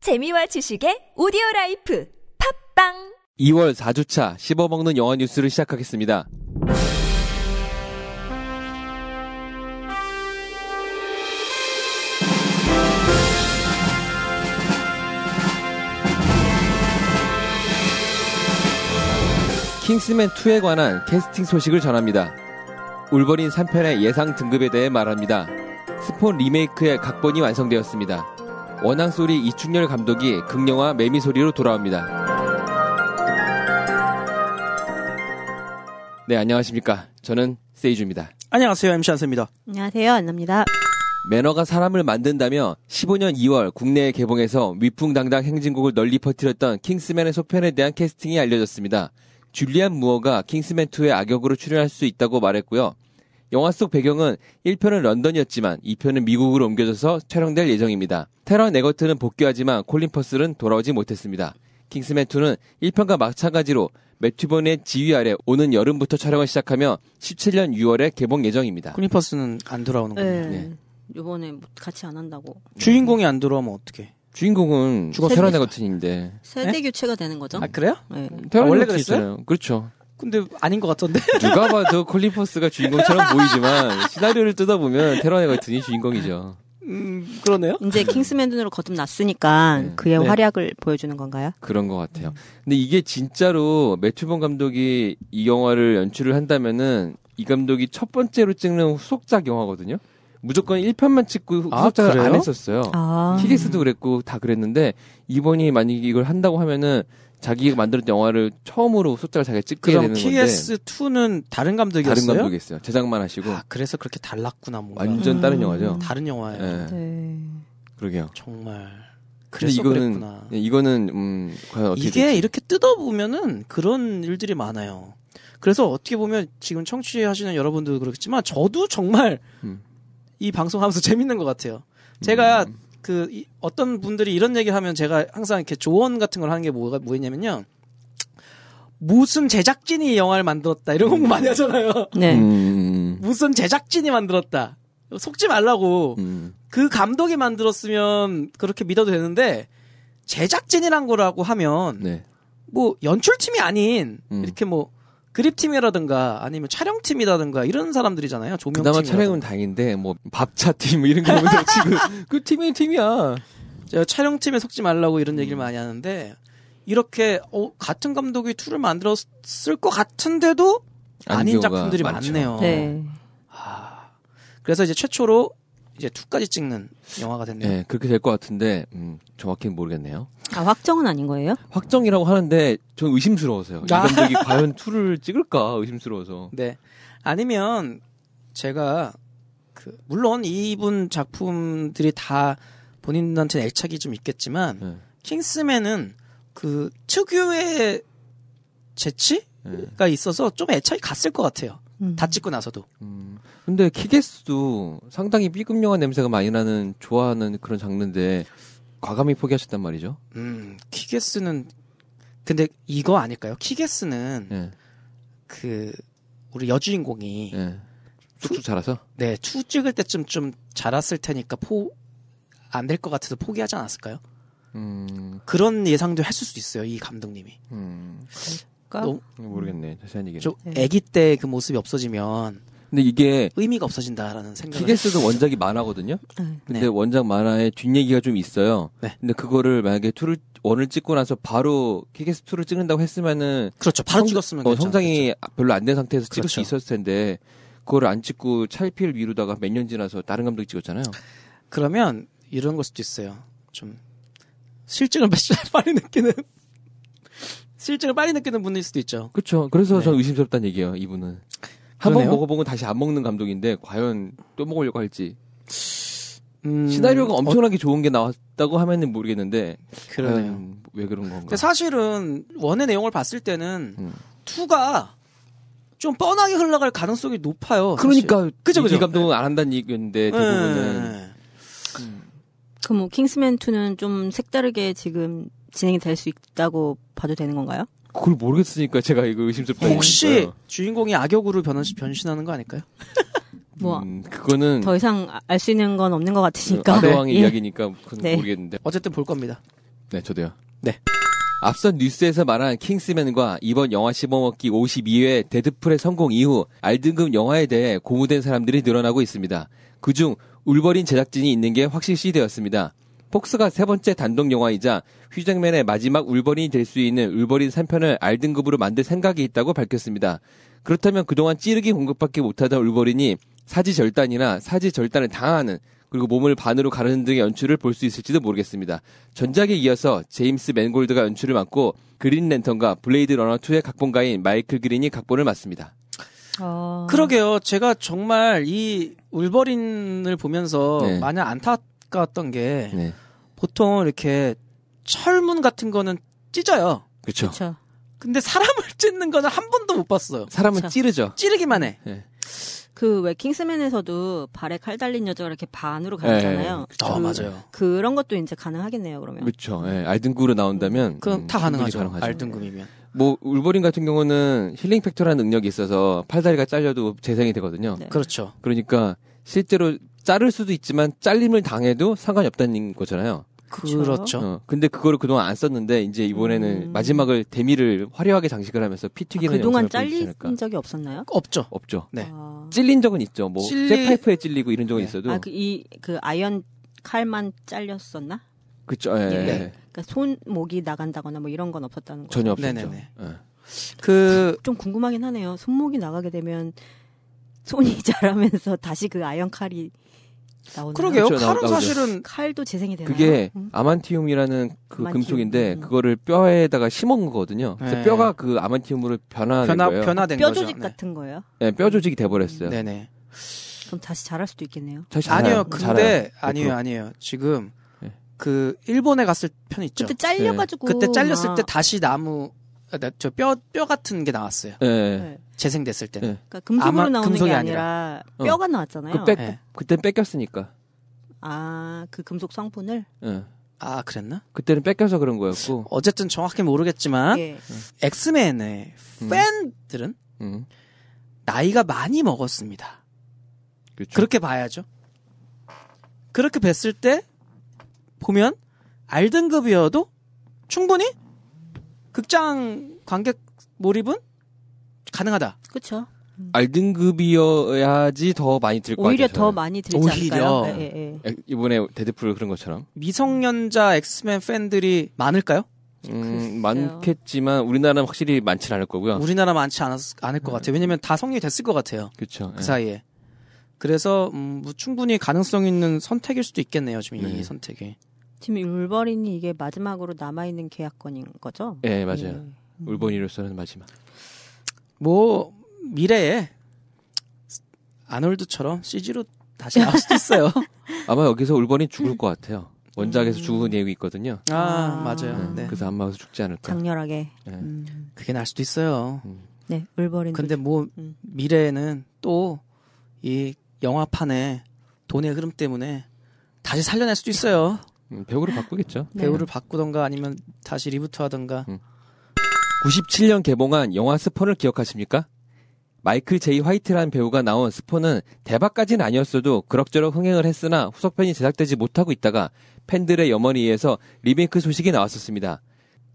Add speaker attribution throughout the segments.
Speaker 1: 재미와 지식의 오디오 라이프 팝빵
Speaker 2: 2월 4주차 씹어먹는 영화 뉴스를 시작하겠습니다. 킹스맨 2에 관한 캐스팅 소식을 전합니다. 울버린 3편의 예상 등급에 대해 말합니다. 스폰 리메이크의 각본이 완성되었습니다. 원앙소리 이충렬 감독이 극영화 매미소리로 돌아옵니다. 네, 안녕하십니까. 저는 세이주입니다.
Speaker 3: 안녕하세요 MC 안세입니다.
Speaker 4: 안녕하세요. 안나입니다.
Speaker 2: 매너가 사람을 만든다며 15년 2월 국내에 개봉해서 위풍당당 행진곡을 널리 퍼뜨렸던 킹스맨의 소편에 대한 캐스팅이 알려졌습니다. 줄리안 무어가 킹스맨2의 악역으로 출연할 수 있다고 말했고요. 영화 속 배경은 1편은 런던이었지만 2편은 미국으로 옮겨져서 촬영될 예정입니다. 테런 에거트는 복귀하지만 콜린 퍼슬은 돌아오지 못했습니다. 킹스맨2는 1편과 마찬가지로 매튜본의 지휘 아래 오는 여름부터 촬영을 시작하며 17년 6월에 개봉 예정입니다.
Speaker 3: 쿠니퍼스는 안 돌아오는 군요
Speaker 2: 네.
Speaker 4: 네. 이번에 뭐 같이 안 한다고
Speaker 3: 주인공이 안 돌아오면 어떻게?
Speaker 2: 주인공은
Speaker 3: 죽었-
Speaker 2: 테란 에거튼인데
Speaker 4: 세대 교체가 되는
Speaker 2: 어?
Speaker 4: 거죠?
Speaker 3: 아 그래요?
Speaker 4: 네.
Speaker 2: 테란
Speaker 3: 아, 원래
Speaker 2: 에거튼
Speaker 3: 그랬어요?
Speaker 2: 있잖아요. 그렇죠.
Speaker 3: 근데 아닌 것 같던데.
Speaker 2: 누가 봐도 콜린 퍼스가 주인공처럼 보이지만 시나리오를 뜯어보면 테란 에거튼이 주인공이죠.
Speaker 3: 음 그러네요.
Speaker 4: 이제 킹스맨 눈으로 거듭났으니까
Speaker 2: 네.
Speaker 4: 그의
Speaker 3: 네.
Speaker 4: 활약을 보여주는 건가요?
Speaker 2: 그런 것 같아요. 근데 이게 진짜로 매튜본 감독이 이 영화를 연출을 한다면은 이 감독이 첫 번째로 찍는 후속작 영화거든요. 무조건 1편만 찍고
Speaker 3: 아,
Speaker 2: 후속작을 안
Speaker 3: 그래요?
Speaker 2: 했었어요.
Speaker 4: 아.
Speaker 2: 히기스도 그랬고 다 그랬는데 이번이 만약에 이걸 한다고 하면은 자기가 만들었던 영화를 처음으로 후속작을 자기가 찍게
Speaker 3: 그럼
Speaker 2: 되는 건데
Speaker 3: KS 2는 다른 감독이었어요?
Speaker 2: 다른 감독이 있어요. 제작만 하시고
Speaker 3: 아 그래서 그렇게 달랐구나 뭔가.
Speaker 2: 완전 다른
Speaker 4: 음.
Speaker 2: 영화죠.
Speaker 3: 다른 영화예요.
Speaker 2: 예,
Speaker 4: 네.
Speaker 2: 그러게요.
Speaker 3: 정말.
Speaker 2: 근데
Speaker 3: 그래서
Speaker 2: 이거는
Speaker 3: 그랬구나.
Speaker 2: 예, 이거는 음 과연 어떻게
Speaker 3: 이게
Speaker 2: 될지.
Speaker 3: 이렇게 뜯어보면은 그런 일들이 많아요. 그래서 어떻게 보면 지금 청취하시는 여러분들도 그렇겠지만 저도 정말
Speaker 2: 음.
Speaker 3: 이 방송하면서 재밌는 것 같아요. 제가 그 이- 어떤 분들이 이런 얘기를 하면 제가 항상 이렇게 조언 같은 걸 하는 게 뭐가 뭐였냐면요. 무슨 제작진이 이 영화를 만들었다 이런 공부 많이 하잖아요.
Speaker 4: 네.
Speaker 2: 음,
Speaker 3: 무슨 제작진이 만들었다. 속지 말라고.
Speaker 2: 음, 음.
Speaker 3: 그 감독이 만들었으면 그렇게 믿어도 되는데 제작진이란 거라고 하면
Speaker 2: 네.
Speaker 3: 뭐 연출팀이 아닌
Speaker 2: 음.
Speaker 3: 이렇게 뭐 그립팀이라든가 아니면 촬영팀이라든가 이런 사람들이잖아요.
Speaker 2: 그나마
Speaker 3: 조명팀.
Speaker 2: 촬영은 다행인데 뭐 밥차 팀 뭐 이런 거 보면 지금 그 팀이 팀이야.
Speaker 3: 제가 촬영팀에 속지 말라고
Speaker 2: 음.
Speaker 3: 이런 얘기를 많이 하는데 이렇게 어, 같은 감독이 툴을 만들었을 것 같은데도
Speaker 2: 아닌
Speaker 3: 아닌
Speaker 2: 경우가
Speaker 3: 작품들이
Speaker 2: 많죠.
Speaker 3: 많네요.
Speaker 4: 네.
Speaker 3: 아, 그래서 이제 최초로 이제 2까지 찍는 영화가 됐네요.
Speaker 2: 네, 그렇게 될 것 같은데 음, 정확히는 모르겠네요.
Speaker 4: 아, 확정은 아닌 거예요?
Speaker 2: 확정이라고 하는데 전 의심스러워서요. 이
Speaker 3: 아.
Speaker 2: 감독이 과연 툴을 찍을까 의심스러워서.
Speaker 3: 네. 아니면 제가 그 물론 이분 작품들이 다 본인한테는 애착이 좀 있겠지만
Speaker 2: 네.
Speaker 3: 킹스맨은 그 특유의 재치가
Speaker 2: 네.
Speaker 3: 있어서 좀 애착이 갔을 것 같아요.
Speaker 4: 음.
Speaker 3: 다 찍고 나서도.
Speaker 2: 음, 근데 키게스도 상당히 B급 영화 냄새가 많이 나는 좋아하는 그런 장르인데 과감히 포기하셨단 말이죠.
Speaker 3: 음, 키게스는 근데 이거 아닐까요? 키게스는
Speaker 2: 예.
Speaker 3: 그 우리 여주인공이
Speaker 2: 예. 쑥쑥 자라서.
Speaker 3: 네, 투 찍을 때쯤 좀 자랐을 테니까 포 안 될 것 같아서 포기하지 않았을까요?
Speaker 2: 음,
Speaker 3: 그런 예상도 했을 수 있어요. 이 감독님이.
Speaker 2: 음,
Speaker 4: 그러니까
Speaker 3: 너무
Speaker 2: 모르겠네. 자세한 얘기는.
Speaker 3: 좀
Speaker 4: 네.
Speaker 3: 아기 때 그 모습이 없어지면
Speaker 2: 근데 이게
Speaker 3: 의미가 없어진다라는 생각을
Speaker 2: 키게스도 원작이 만화거든요.
Speaker 4: 네.
Speaker 2: 근데
Speaker 3: 네.
Speaker 2: 원작 만화에 뒷얘기가 좀 있어요.
Speaker 3: 네.
Speaker 2: 근데 그거를 만약에 투를 원을 찍고 나서 바로 키게스 투를 찍는다고 했으면은
Speaker 3: 그렇죠. 바로
Speaker 2: 성-
Speaker 3: 찍었으면
Speaker 2: 어,
Speaker 3: 괜찮았겠죠.
Speaker 2: 성장이 별로 안 된 상태에서 찍을 수
Speaker 3: 그렇죠.
Speaker 2: 있었을 텐데 그걸 안 찍고 차일피일 미루다가 몇 년 지나서 다른 감독이 찍었잖아요.
Speaker 3: 그러면 이런 걸 수도 있어요. 좀 실증을 빨리 느끼는 실증을 빨리 느끼는 분일 수도 있죠.
Speaker 2: 그렇죠. 그래서
Speaker 3: 네.
Speaker 2: 저는 의심스럽다는 얘기예요. 이분은 한 번
Speaker 3: 그러네요.
Speaker 2: 먹어보면 다시 안 먹는 감독인데 과연 또 먹으려고 할지
Speaker 3: 음,
Speaker 2: 시나리오가
Speaker 3: 어,
Speaker 2: 엄청나게 좋은 게 나왔다고 하면은 모르겠는데
Speaker 3: 그러네요.
Speaker 2: 과연 왜 그런 건가?
Speaker 3: 근데 사실은 원의 내용을 봤을 때는
Speaker 2: 음.
Speaker 3: 투가 좀 뻔하게 흘러갈 가능성이 높아요. 사실. 예.
Speaker 2: 그러니까
Speaker 3: 그죠,
Speaker 2: 이-
Speaker 3: 그죠.
Speaker 2: 이 감독은 안 한다는 얘기였는데 대부분은
Speaker 3: 네.
Speaker 4: 그럼 뭐 킹스맨 2는 좀 색다르게 지금 진행이 될 수 있다고 봐도 되는 건가요?
Speaker 2: 그걸 모르겠으니까 제가 이거 의심스럽다. 네.
Speaker 3: 혹시 주인공이 악역으로 변신, 변신하는 거 아닐까요?
Speaker 4: 뭐
Speaker 2: 음, 그거는
Speaker 4: 더 이상 알 수 있는 건 없는 것 같으니까.
Speaker 2: 그 아더왕의
Speaker 4: 예.
Speaker 2: 이야기니까 그건
Speaker 4: 네.
Speaker 2: 모르겠는데
Speaker 3: 어쨌든 볼 겁니다.
Speaker 2: 네, 저도요.
Speaker 3: 네.
Speaker 2: 앞선 뉴스에서 말한 킹스맨과 이번 영화 씹어먹기 52회 데드풀의 성공 이후 알등급 영화에 대해 고무된 사람들이 늘어나고 있습니다. 그중 울버린 제작진이 있는 게 확실시 되었습니다. 폭스가 세 번째 단독 영화이자 휴잭맨의 마지막 울버린이 될 수 있는 울버린 3편을 알등급으로 만들 생각이 있다고 밝혔습니다. 그렇다면 그동안 찌르기 공격밖에 못하던 울버린이 사지절단이나 사지절단을 당하는 그리고 몸을 반으로 가르는 등의 연출을 볼 수 있을지도 모르겠습니다. 전작에 이어서 제임스 맨골드가 연출을 맡고 그린 랜턴과 블레이드 러너 2의 각본가인 마이클 그린이 각본을 맡습니다. 아.
Speaker 4: 어.
Speaker 3: 그러게요. 제가 정말 이 울버린을 보면서
Speaker 2: 네.
Speaker 3: 마냥 안타까웠던 게
Speaker 2: 네,
Speaker 3: 보통 이렇게 철문 같은 거는 찢어요.
Speaker 2: 그렇죠.
Speaker 4: 그쵸.
Speaker 3: 근데 사람을 찢는 거는 한 번도 못 봤어요.
Speaker 2: 사람은
Speaker 4: 그쵸.
Speaker 2: 찌르죠.
Speaker 3: 찌르기만 해.
Speaker 2: 네.
Speaker 4: 그왜 킹스맨에서도 발에 칼 달린 여자가 이렇게 반으로 가르잖아요.
Speaker 2: 네, 그쵸.
Speaker 4: 그, 그런 것도 이제 가능하겠네요. 그러면.
Speaker 2: 그렇죠. 예, 알등구로 나온다면
Speaker 3: 그럼
Speaker 2: 음,
Speaker 3: 다 가능하죠.
Speaker 2: 충분히 가능하죠.
Speaker 3: 알등급이면.
Speaker 2: 뭐 울버린 같은 경우는 힐링 팩터라는 능력이 있어서 팔다리가 잘려도 재생이 되거든요.
Speaker 4: 네.
Speaker 3: 그렇죠.
Speaker 2: 그러니까 실제로 자를 수도 있지만 잘림을 당해도 상관이 없다는 거잖아요.
Speaker 4: 그쵸.
Speaker 3: 그렇죠.
Speaker 2: 어, 근데 그거를 그동안 안 썼는데 이제 이번에는
Speaker 4: 음. 아,
Speaker 2: 마지막을 대미를 화려하게 장식을 하면서 피 튀기는
Speaker 4: 그동안
Speaker 2: 연출을 보여주지
Speaker 4: 잘린
Speaker 2: 않을까.
Speaker 4: 적이 없었나요?
Speaker 3: 없죠.
Speaker 2: 없죠.
Speaker 3: 네.
Speaker 4: 아,
Speaker 2: 찔린 적은 있죠. 뭐
Speaker 3: 찔리-
Speaker 2: 쇠파이프에 찔리고 이런 적은
Speaker 3: 네.
Speaker 2: 있어도
Speaker 4: 그, 이, 그 아이언 칼만 잘렸었나?
Speaker 2: 그, 쵸 예.
Speaker 4: 네.
Speaker 2: 예.
Speaker 4: 그러니까 손목이 나간다거나 뭐 이런 건 없었다는 거죠.
Speaker 2: 전혀 없었죠.
Speaker 3: 네네네.
Speaker 2: 예.
Speaker 3: 그
Speaker 4: 좀 궁금하긴 하네요. 손목이 나가게 되면 손이 자라면서 다시 그 아이언 칼이 나오는
Speaker 3: 그러게요.
Speaker 2: 그렇죠.
Speaker 3: 칼은
Speaker 2: 나오- 나오죠.
Speaker 3: 사실은
Speaker 4: 칼도 재생이 되나요?
Speaker 2: 그게
Speaker 4: 음.
Speaker 2: 아만티움이라는 그
Speaker 4: 아만티움.
Speaker 2: 금속인데
Speaker 4: 음.
Speaker 2: 그거를 뼈에다가 심은 거거든요. 그래서
Speaker 3: 네.
Speaker 2: 뼈가 그 아만티움으로 변화된
Speaker 3: 변화
Speaker 2: 거예요.
Speaker 3: 변화된
Speaker 4: 뼈
Speaker 3: 거죠.
Speaker 4: 조직 같은 거예요?
Speaker 2: 네, 뼈 조직이 돼 버렸어요.
Speaker 3: 네. 네네.
Speaker 4: 그럼 다시 자랄 수도 있겠네요.
Speaker 2: 잘 예. 자라요.
Speaker 3: 아니요.
Speaker 2: 자라요.
Speaker 3: 근데 아니에요. 아니에요. 지금
Speaker 2: 네.
Speaker 3: 그 일본에 갔을 편 있죠.
Speaker 4: 그때 잘려가지고
Speaker 3: 네.
Speaker 4: 아,
Speaker 3: 그때 잘렸을
Speaker 4: 막-
Speaker 3: 때 다시 나무 저 뼈 뼈 같은 게 나왔어요.
Speaker 2: 예.
Speaker 4: 네.
Speaker 2: 예.
Speaker 3: 재생됐을 때는.
Speaker 2: 네.
Speaker 4: 그러니까 금속으로
Speaker 3: 아마
Speaker 4: 나오는
Speaker 3: 금속이
Speaker 4: 게 아니라,
Speaker 2: 어.
Speaker 4: 뼈가 나왔잖아요.
Speaker 2: 그 뺏,
Speaker 3: 네.
Speaker 2: 그때 뺏겼으니까.
Speaker 4: 아, 그 금속 성분을
Speaker 2: 예.
Speaker 3: 아 그랬나?
Speaker 2: 그때는 뺏겨서 그런 거였고.
Speaker 3: 어쨌든 정확히 모르겠지만
Speaker 4: 예.
Speaker 3: 엑스맨의
Speaker 2: 음.
Speaker 3: 팬들은
Speaker 2: 음.
Speaker 3: 나이가 많이 먹었습니다.
Speaker 2: 그렇죠.
Speaker 3: 그렇게 봐야죠. 그렇게 뵀을 때 보면 R등급이어도 충분히 극장 관객 몰입은 가능하다.
Speaker 4: 그렇죠.
Speaker 2: 알등급이어야지 더 많이 들것 같아요.
Speaker 4: 오히려 더
Speaker 2: 저는.
Speaker 4: 많이 들지
Speaker 3: 오히려. 네.
Speaker 4: 않을까요? 예, 예.
Speaker 2: 에, 이번에 데드풀 그런 것처럼
Speaker 3: 미성년자 엑스맨 팬들이 많을까요?
Speaker 2: 음,
Speaker 4: 글쎄요.
Speaker 2: 많겠지만 우리나라는 확실히 많진 않을 거고요.
Speaker 3: 우리나라 많지 않았, 않을
Speaker 2: 네.
Speaker 3: 것 같아요. 왜냐면 다 성립이 됐을 것 같아요.
Speaker 2: 그렇죠.
Speaker 3: 그 사이에. 그래서 음, 뭐 충분히 가능성 있는 선택일 수도 있겠네요. 지금
Speaker 2: 네.
Speaker 3: 이 선택이.
Speaker 4: 지금 울버린이 이게 마지막으로 남아있는 계약권인 거죠?
Speaker 2: 예, 예, 맞아요.
Speaker 4: 예.
Speaker 2: 울버니로서는 마지막.
Speaker 3: 뭐 미래에 아놀드처럼 CG로 다시 나올 수도 있어요.
Speaker 2: 아마 여기서 울버니 죽을 것 같아요. 원작에서 죽은 내용이 있거든요.
Speaker 3: 아,
Speaker 4: 아.
Speaker 3: 맞아요.
Speaker 2: 네.
Speaker 3: 네.
Speaker 2: 그래서 안마서 죽지 않을까.
Speaker 4: 강렬하게.
Speaker 2: 네.
Speaker 4: 음.
Speaker 3: 그게 날 수도 있어요.
Speaker 4: 네, 울버린.
Speaker 3: 근데 뭐
Speaker 4: 음.
Speaker 3: 미래에는 또 이 영화판에 돈의 흐름 때문에 다시 살려낼 수도 있어요.
Speaker 2: 음, 배우로 바꾸겠죠.
Speaker 4: 네.
Speaker 3: 배우를 바꾸던가 아니면 다시 리부트하던가.
Speaker 2: 97년 개봉한 영화 스폰을 기억하십니까? 마이클 제이 화이트라는 배우가 나온 스폰은 대박까진 아니었어도 그럭저럭 흥행을 했으나 후속편이 제작되지 못하고 있다가 팬들의 염원에 의해서 리메이크 소식이 나왔었습니다.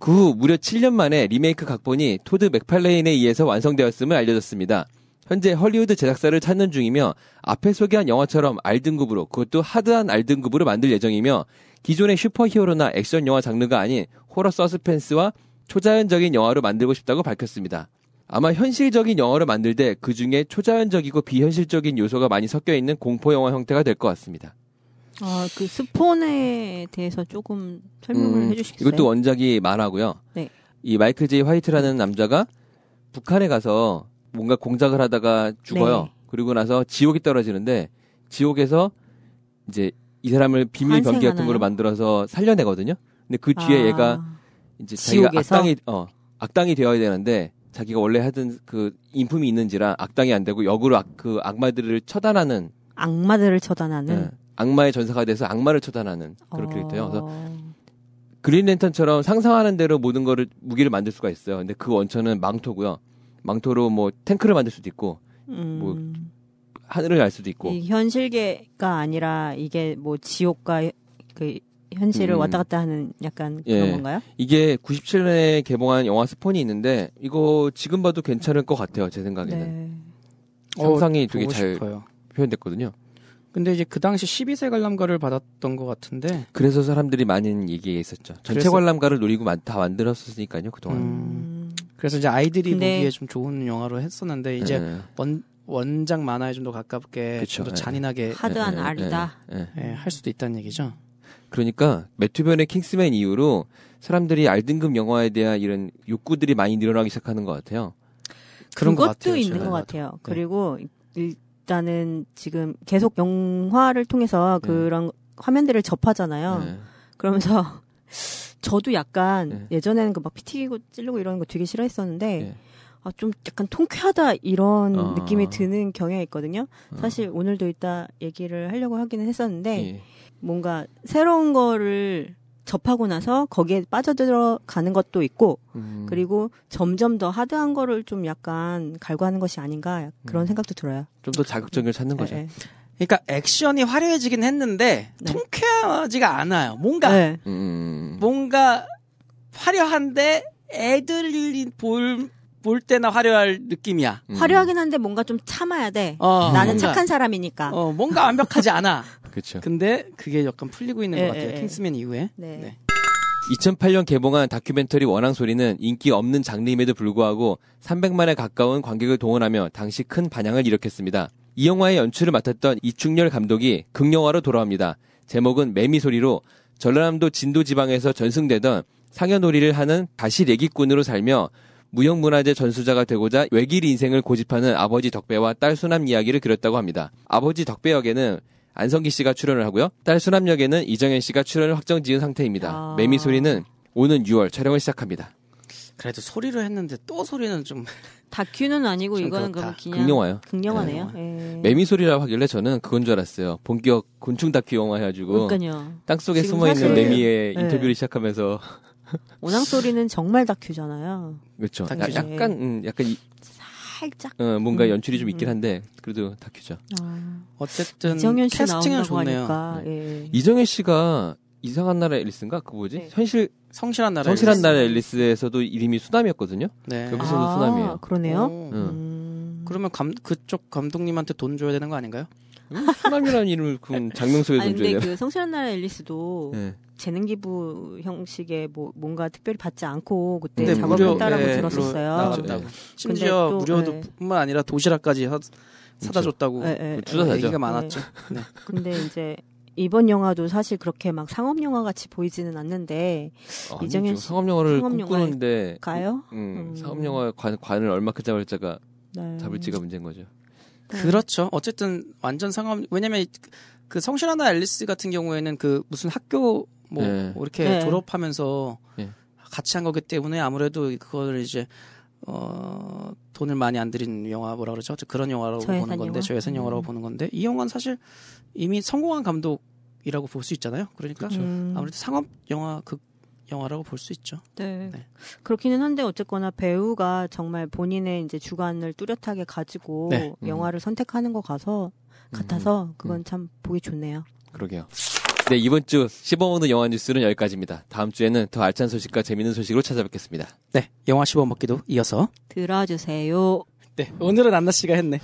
Speaker 2: 그 후 무려 7년 만에 리메이크 각본이 토드 맥팔레인에 의해서 완성되었음을 알려졌습니다. 현재 헐리우드 제작사를 찾는 중이며 앞에 소개한 영화처럼 R등급으로 그것도 하드한 R등급으로 만들 예정이며 기존의 슈퍼히어로나 액션 영화 장르가 아닌 호러 서스펜스와 초자연적인 영화로 만들고 싶다고 밝혔습니다. 아마 현실적인 영화를 만들 때 그 중에 초자연적이고 비현실적인 요소가 많이 섞여 있는 공포 영화 형태가 될 것 같습니다.
Speaker 4: 아, 그 스폰에 대해서 조금 설명을
Speaker 2: 음,
Speaker 4: 해주시겠어요?
Speaker 2: 이것도 원작이 만화고요.
Speaker 4: 네.
Speaker 2: 이 마이클 제이 화이트라는 남자가 북한에 가서 뭔가 공작을 하다가 죽어요.
Speaker 4: 네.
Speaker 2: 그리고 나서 지옥이 떨어지는데 지옥에서 이제 이 사람을 비밀 병기 같은
Speaker 4: 환생하나요?
Speaker 2: 걸로 만들어서 살려내거든요. 근데 그 뒤에
Speaker 4: 아,
Speaker 2: 얘가 이제 자기가
Speaker 4: 지옥에서?
Speaker 2: 악당이 어 악당이 되어야 되는데 자기가 원래 하던 그 인품이 있는지라 악당이 안 되고 역으로 악, 그 악마들을 처단하는
Speaker 4: 악마들을 처단하는.
Speaker 2: 예, 악마의 전사가 돼서 악마를 처단하는 그렇게
Speaker 4: 네. 어.
Speaker 2: 돼요. 그래서 그린랜턴처럼 상상하는 대로 모든 거를 무기를 만들 수가 있어요. 근데 그 원천은 망토고요. 망토로 뭐 탱크를 만들 수도 있고
Speaker 4: 음,
Speaker 2: 뭐 하늘을 날 수도 있고
Speaker 4: 이 현실계가 아니라 이게 뭐 지옥과 그 현실을
Speaker 2: 음.
Speaker 4: 왔다 갔다 하는 약간
Speaker 2: 예.
Speaker 4: 그런 건가요?
Speaker 2: 이게 97년에 개봉한 영화 스폰이 있는데 이거 지금 봐도 괜찮을 것 같아요. 제
Speaker 4: 네.
Speaker 2: 생각에는 상상이
Speaker 5: 어,
Speaker 2: 되게
Speaker 5: 보고
Speaker 2: 잘-
Speaker 5: 싶어요.
Speaker 2: 표현됐거든요.
Speaker 5: 근데 이제 그 당시 12세 관람가를 받았던 것 같은데
Speaker 2: 그래서 사람들이 많은 얘기가 있었죠. 전체
Speaker 5: 그래서-
Speaker 2: 관람가를 노리고 만- 다 만들었으니까요. 그동안.
Speaker 5: 음,
Speaker 4: 음.
Speaker 5: 그래서 이제 아이들이
Speaker 3: 네.
Speaker 4: 근데-
Speaker 5: 보기에 좀 좋은 영화로 했었는데 이제
Speaker 2: 예,
Speaker 5: 원 원작 만화에 좀 더 가깝게 좀
Speaker 2: 그쵸,
Speaker 5: 더
Speaker 2: 예.
Speaker 5: 잔인하게
Speaker 4: 하드한
Speaker 2: 예, 예,
Speaker 4: 알이다.
Speaker 2: 예, 예.
Speaker 5: 예, 할 수도 있다는 얘기죠.
Speaker 2: 그러니까 매튜변의 킹스맨 이후로 사람들이 알등급 영화에 대한 이런 욕구들이 많이 늘어나기 시작하는 것 같아요.
Speaker 5: 그런 것
Speaker 4: 그것도
Speaker 5: 같아요,
Speaker 4: 있는
Speaker 5: 제가 네.
Speaker 4: 것
Speaker 5: 봐도.
Speaker 4: 같아요. 그리고 일단은 지금 계속 영화를 통해서
Speaker 2: 네.
Speaker 4: 그런 화면들을 접하잖아요.
Speaker 5: 네.
Speaker 2: 예.
Speaker 4: 그러면서 저도 약간
Speaker 2: 네.
Speaker 4: 예전에는 그 막 피 튀기고 찔르고 이러는 거 되게 싫어했었는데
Speaker 2: 네.
Speaker 4: 아, 좀 약간 통쾌하다 이런
Speaker 5: 아.
Speaker 2: 어.
Speaker 4: 느낌이 드는 경향이 있거든요.
Speaker 2: 어.
Speaker 4: 사실 오늘도 이따 얘기를 하려고 하기는 했었는데
Speaker 2: 예.
Speaker 4: 뭔가 새로운 거를 접하고 나서 거기에 빠져들어 가는 것도 있고
Speaker 2: 음.
Speaker 4: 그리고 점점 더 하드한 거를 좀 약간 갈구하는 것이 아닌가 그런 생각도 들어요.
Speaker 2: 좀 더 자극적인 걸 찾는 거죠.
Speaker 4: 예, 예.
Speaker 3: 그러니까 액션이 화려해지긴 했는데
Speaker 4: 네.
Speaker 3: 통쾌하지가 않아요. 뭔가
Speaker 4: 네.
Speaker 2: 음, 음,
Speaker 3: 뭔가 화려한데 애들이 볼, 볼 때나 화려할 느낌이야.
Speaker 2: 음.
Speaker 4: 화려하긴 한데 뭔가 좀 참아야 돼.
Speaker 3: 어,
Speaker 4: 나는
Speaker 3: 뭔가,
Speaker 4: 착한 사람이니까.
Speaker 3: 어, 뭔가 완벽하지 않아.
Speaker 2: 그렇죠.
Speaker 3: 근데 그게 약간 풀리고 있는
Speaker 4: 예,
Speaker 3: 것 같아요.
Speaker 4: 예, 예.
Speaker 3: 킹스맨 이후에.
Speaker 4: 네.
Speaker 3: 네.
Speaker 2: 2008년 개봉한 다큐멘터리 원앙 소리는 인기 없는 장르임에도 불구하고 300만에 가까운 관객을 동원하며 당시 큰 반향을 일으켰습니다. 이 영화의 연출을 맡았던 이충렬 감독이 극영화로 돌아옵니다. 제목은 매미 소리로 전라남도 진도 지방에서 전승되던 상여놀이를 하는 가시 내기꾼으로 살며 무형문화재 전수자가 되고자 외길 인생을 고집하는 아버지 덕배와 딸 수남 이야기를 그렸다고 합니다. 아버지 덕배 역에는 안성기 씨가 출연을 하고요. 딸 수남 역에는 이정현 씨가 출연을 확정 지은 상태입니다.
Speaker 4: 아.
Speaker 2: 매미 소리는 오는 6월 촬영을 시작합니다.
Speaker 3: 그래도 소리를 했는데 또 소리는 좀
Speaker 4: 다큐는 아니고
Speaker 3: 좀
Speaker 4: 이거는
Speaker 3: 그렇다.
Speaker 4: 그럼 그냥
Speaker 2: 극영화요.
Speaker 4: 극영화네요. 예.
Speaker 2: 매미 소리라고 하길래 저는 그건 줄 알았어요. 본격 곤충 다큐 영화 해가지고
Speaker 4: 그러니까요.
Speaker 2: 땅속에
Speaker 4: 지금
Speaker 2: 숨어있는
Speaker 4: 사실-
Speaker 2: 매미의
Speaker 4: 네.
Speaker 2: 인터뷰를 시작하면서
Speaker 4: 오낭 소리는 정말 다큐잖아요.
Speaker 2: 그렇죠. 야-
Speaker 4: 다큐죠.
Speaker 2: 약간 음, 약간 이-
Speaker 4: 살짝.
Speaker 2: 어, 뭔가
Speaker 4: 음,
Speaker 2: 연출이 좀 있긴
Speaker 4: 음.
Speaker 2: 한데 그래도 다큐죠.
Speaker 4: 아.
Speaker 5: 어쨌든
Speaker 4: 이정현 씨
Speaker 5: 캐스팅은
Speaker 4: 나온다고
Speaker 5: 좋네요.
Speaker 4: 하니까. 예.
Speaker 2: 이정현 씨가 이상한 나라 앨리스인가 그 뭐지
Speaker 4: 네.
Speaker 2: 현실
Speaker 5: 성실한 나라.
Speaker 2: 성실한 나라 앨리스에서도 이름이 수남이었거든요.
Speaker 5: 네.
Speaker 2: 여기서- 여기서도 쓰나미예요.
Speaker 4: 아, 그러네요.
Speaker 5: 오.
Speaker 2: 응.
Speaker 3: 어.
Speaker 4: 음.
Speaker 5: 그러면 감, 그쪽 감독님한테 돈 줘야 되는 거 아닌가요?
Speaker 2: 음? 수남이라는 이름을 그 장명소에
Speaker 4: 아니 근데
Speaker 2: 던져야
Speaker 4: 그 성실한 나라 앨리스도
Speaker 2: 되나? 네.
Speaker 4: 재능 기부 형식의 뭐 뭔가 특별히 받지 않고 그때
Speaker 2: 근데
Speaker 4: 네, 작업했다라고
Speaker 2: 무료, 예,
Speaker 4: 들었었어요. 네.
Speaker 2: 그렇죠.
Speaker 5: 뭐 나온다고.
Speaker 4: 근데
Speaker 5: 심지어
Speaker 4: 또, 예.
Speaker 5: 무료도뿐만 아니라 도시락까지 사, 사다
Speaker 2: 그렇죠.
Speaker 5: 줬다고
Speaker 4: 예, 예, 예.
Speaker 2: 주사 사죠.
Speaker 5: 얘기가 많았죠. 네.
Speaker 4: 근데 이제 이번 영화도 사실 그렇게 막 상업 영화 같이 보이지는 않는데
Speaker 2: 아,
Speaker 4: 이정현
Speaker 2: 아니죠.
Speaker 4: 씨-
Speaker 2: 상업 영화를
Speaker 4: 상업 영화에-
Speaker 2: 꿈꾸는데
Speaker 4: 가요?
Speaker 2: 음,
Speaker 4: 음.
Speaker 2: 상업 영화 관, 관을 얼마큼 잡을지가
Speaker 4: 네.
Speaker 2: 잡을지가 문제인 거죠.
Speaker 4: 네.
Speaker 5: 그렇죠. 어쨌든 완전 상업 왜냐면 그 성실한 나라 앨리스 같은 경우에는 그 무슨 학교 뭐
Speaker 2: 네.
Speaker 5: 이렇게
Speaker 4: 네.
Speaker 5: 졸업하면서
Speaker 2: 네.
Speaker 5: 같이 한 거기 때문에 아무래도 그거를 이제 어 돈을 많이 안 들인 영화 뭐라 그러죠? 어쨌든 그런 영화라고
Speaker 4: 저예산
Speaker 5: 보는 건데
Speaker 4: 영화?
Speaker 5: 저예산
Speaker 4: 음.
Speaker 5: 영화라고 보는 건데 이 영화는 사실 이미 성공한 감독이라고 볼 수 있잖아요. 그러니까
Speaker 4: 음.
Speaker 2: 그렇죠.
Speaker 5: 아무래도 상업 영화 극 영화라고 볼 수 있죠.
Speaker 4: 네.
Speaker 5: 네.
Speaker 4: 그렇기는 한데 어쨌거나 배우가 정말 본인의 이제 주관을 뚜렷하게 가지고
Speaker 5: 네.
Speaker 2: 음.
Speaker 4: 영화를 선택하는 것 같아서 같아서 그건 참 보기 좋네요.
Speaker 2: 그러게요. 네 이번 주 씹어먹는 영화 뉴스는 여기까지입니다. 다음 주에는 더 알찬 소식과 재밌는 소식으로 찾아뵙겠습니다.
Speaker 5: 네, 영화 씹어 먹기도 이어서.
Speaker 4: 들어주세요.
Speaker 5: 네, 오늘은 안나 씨가 했네.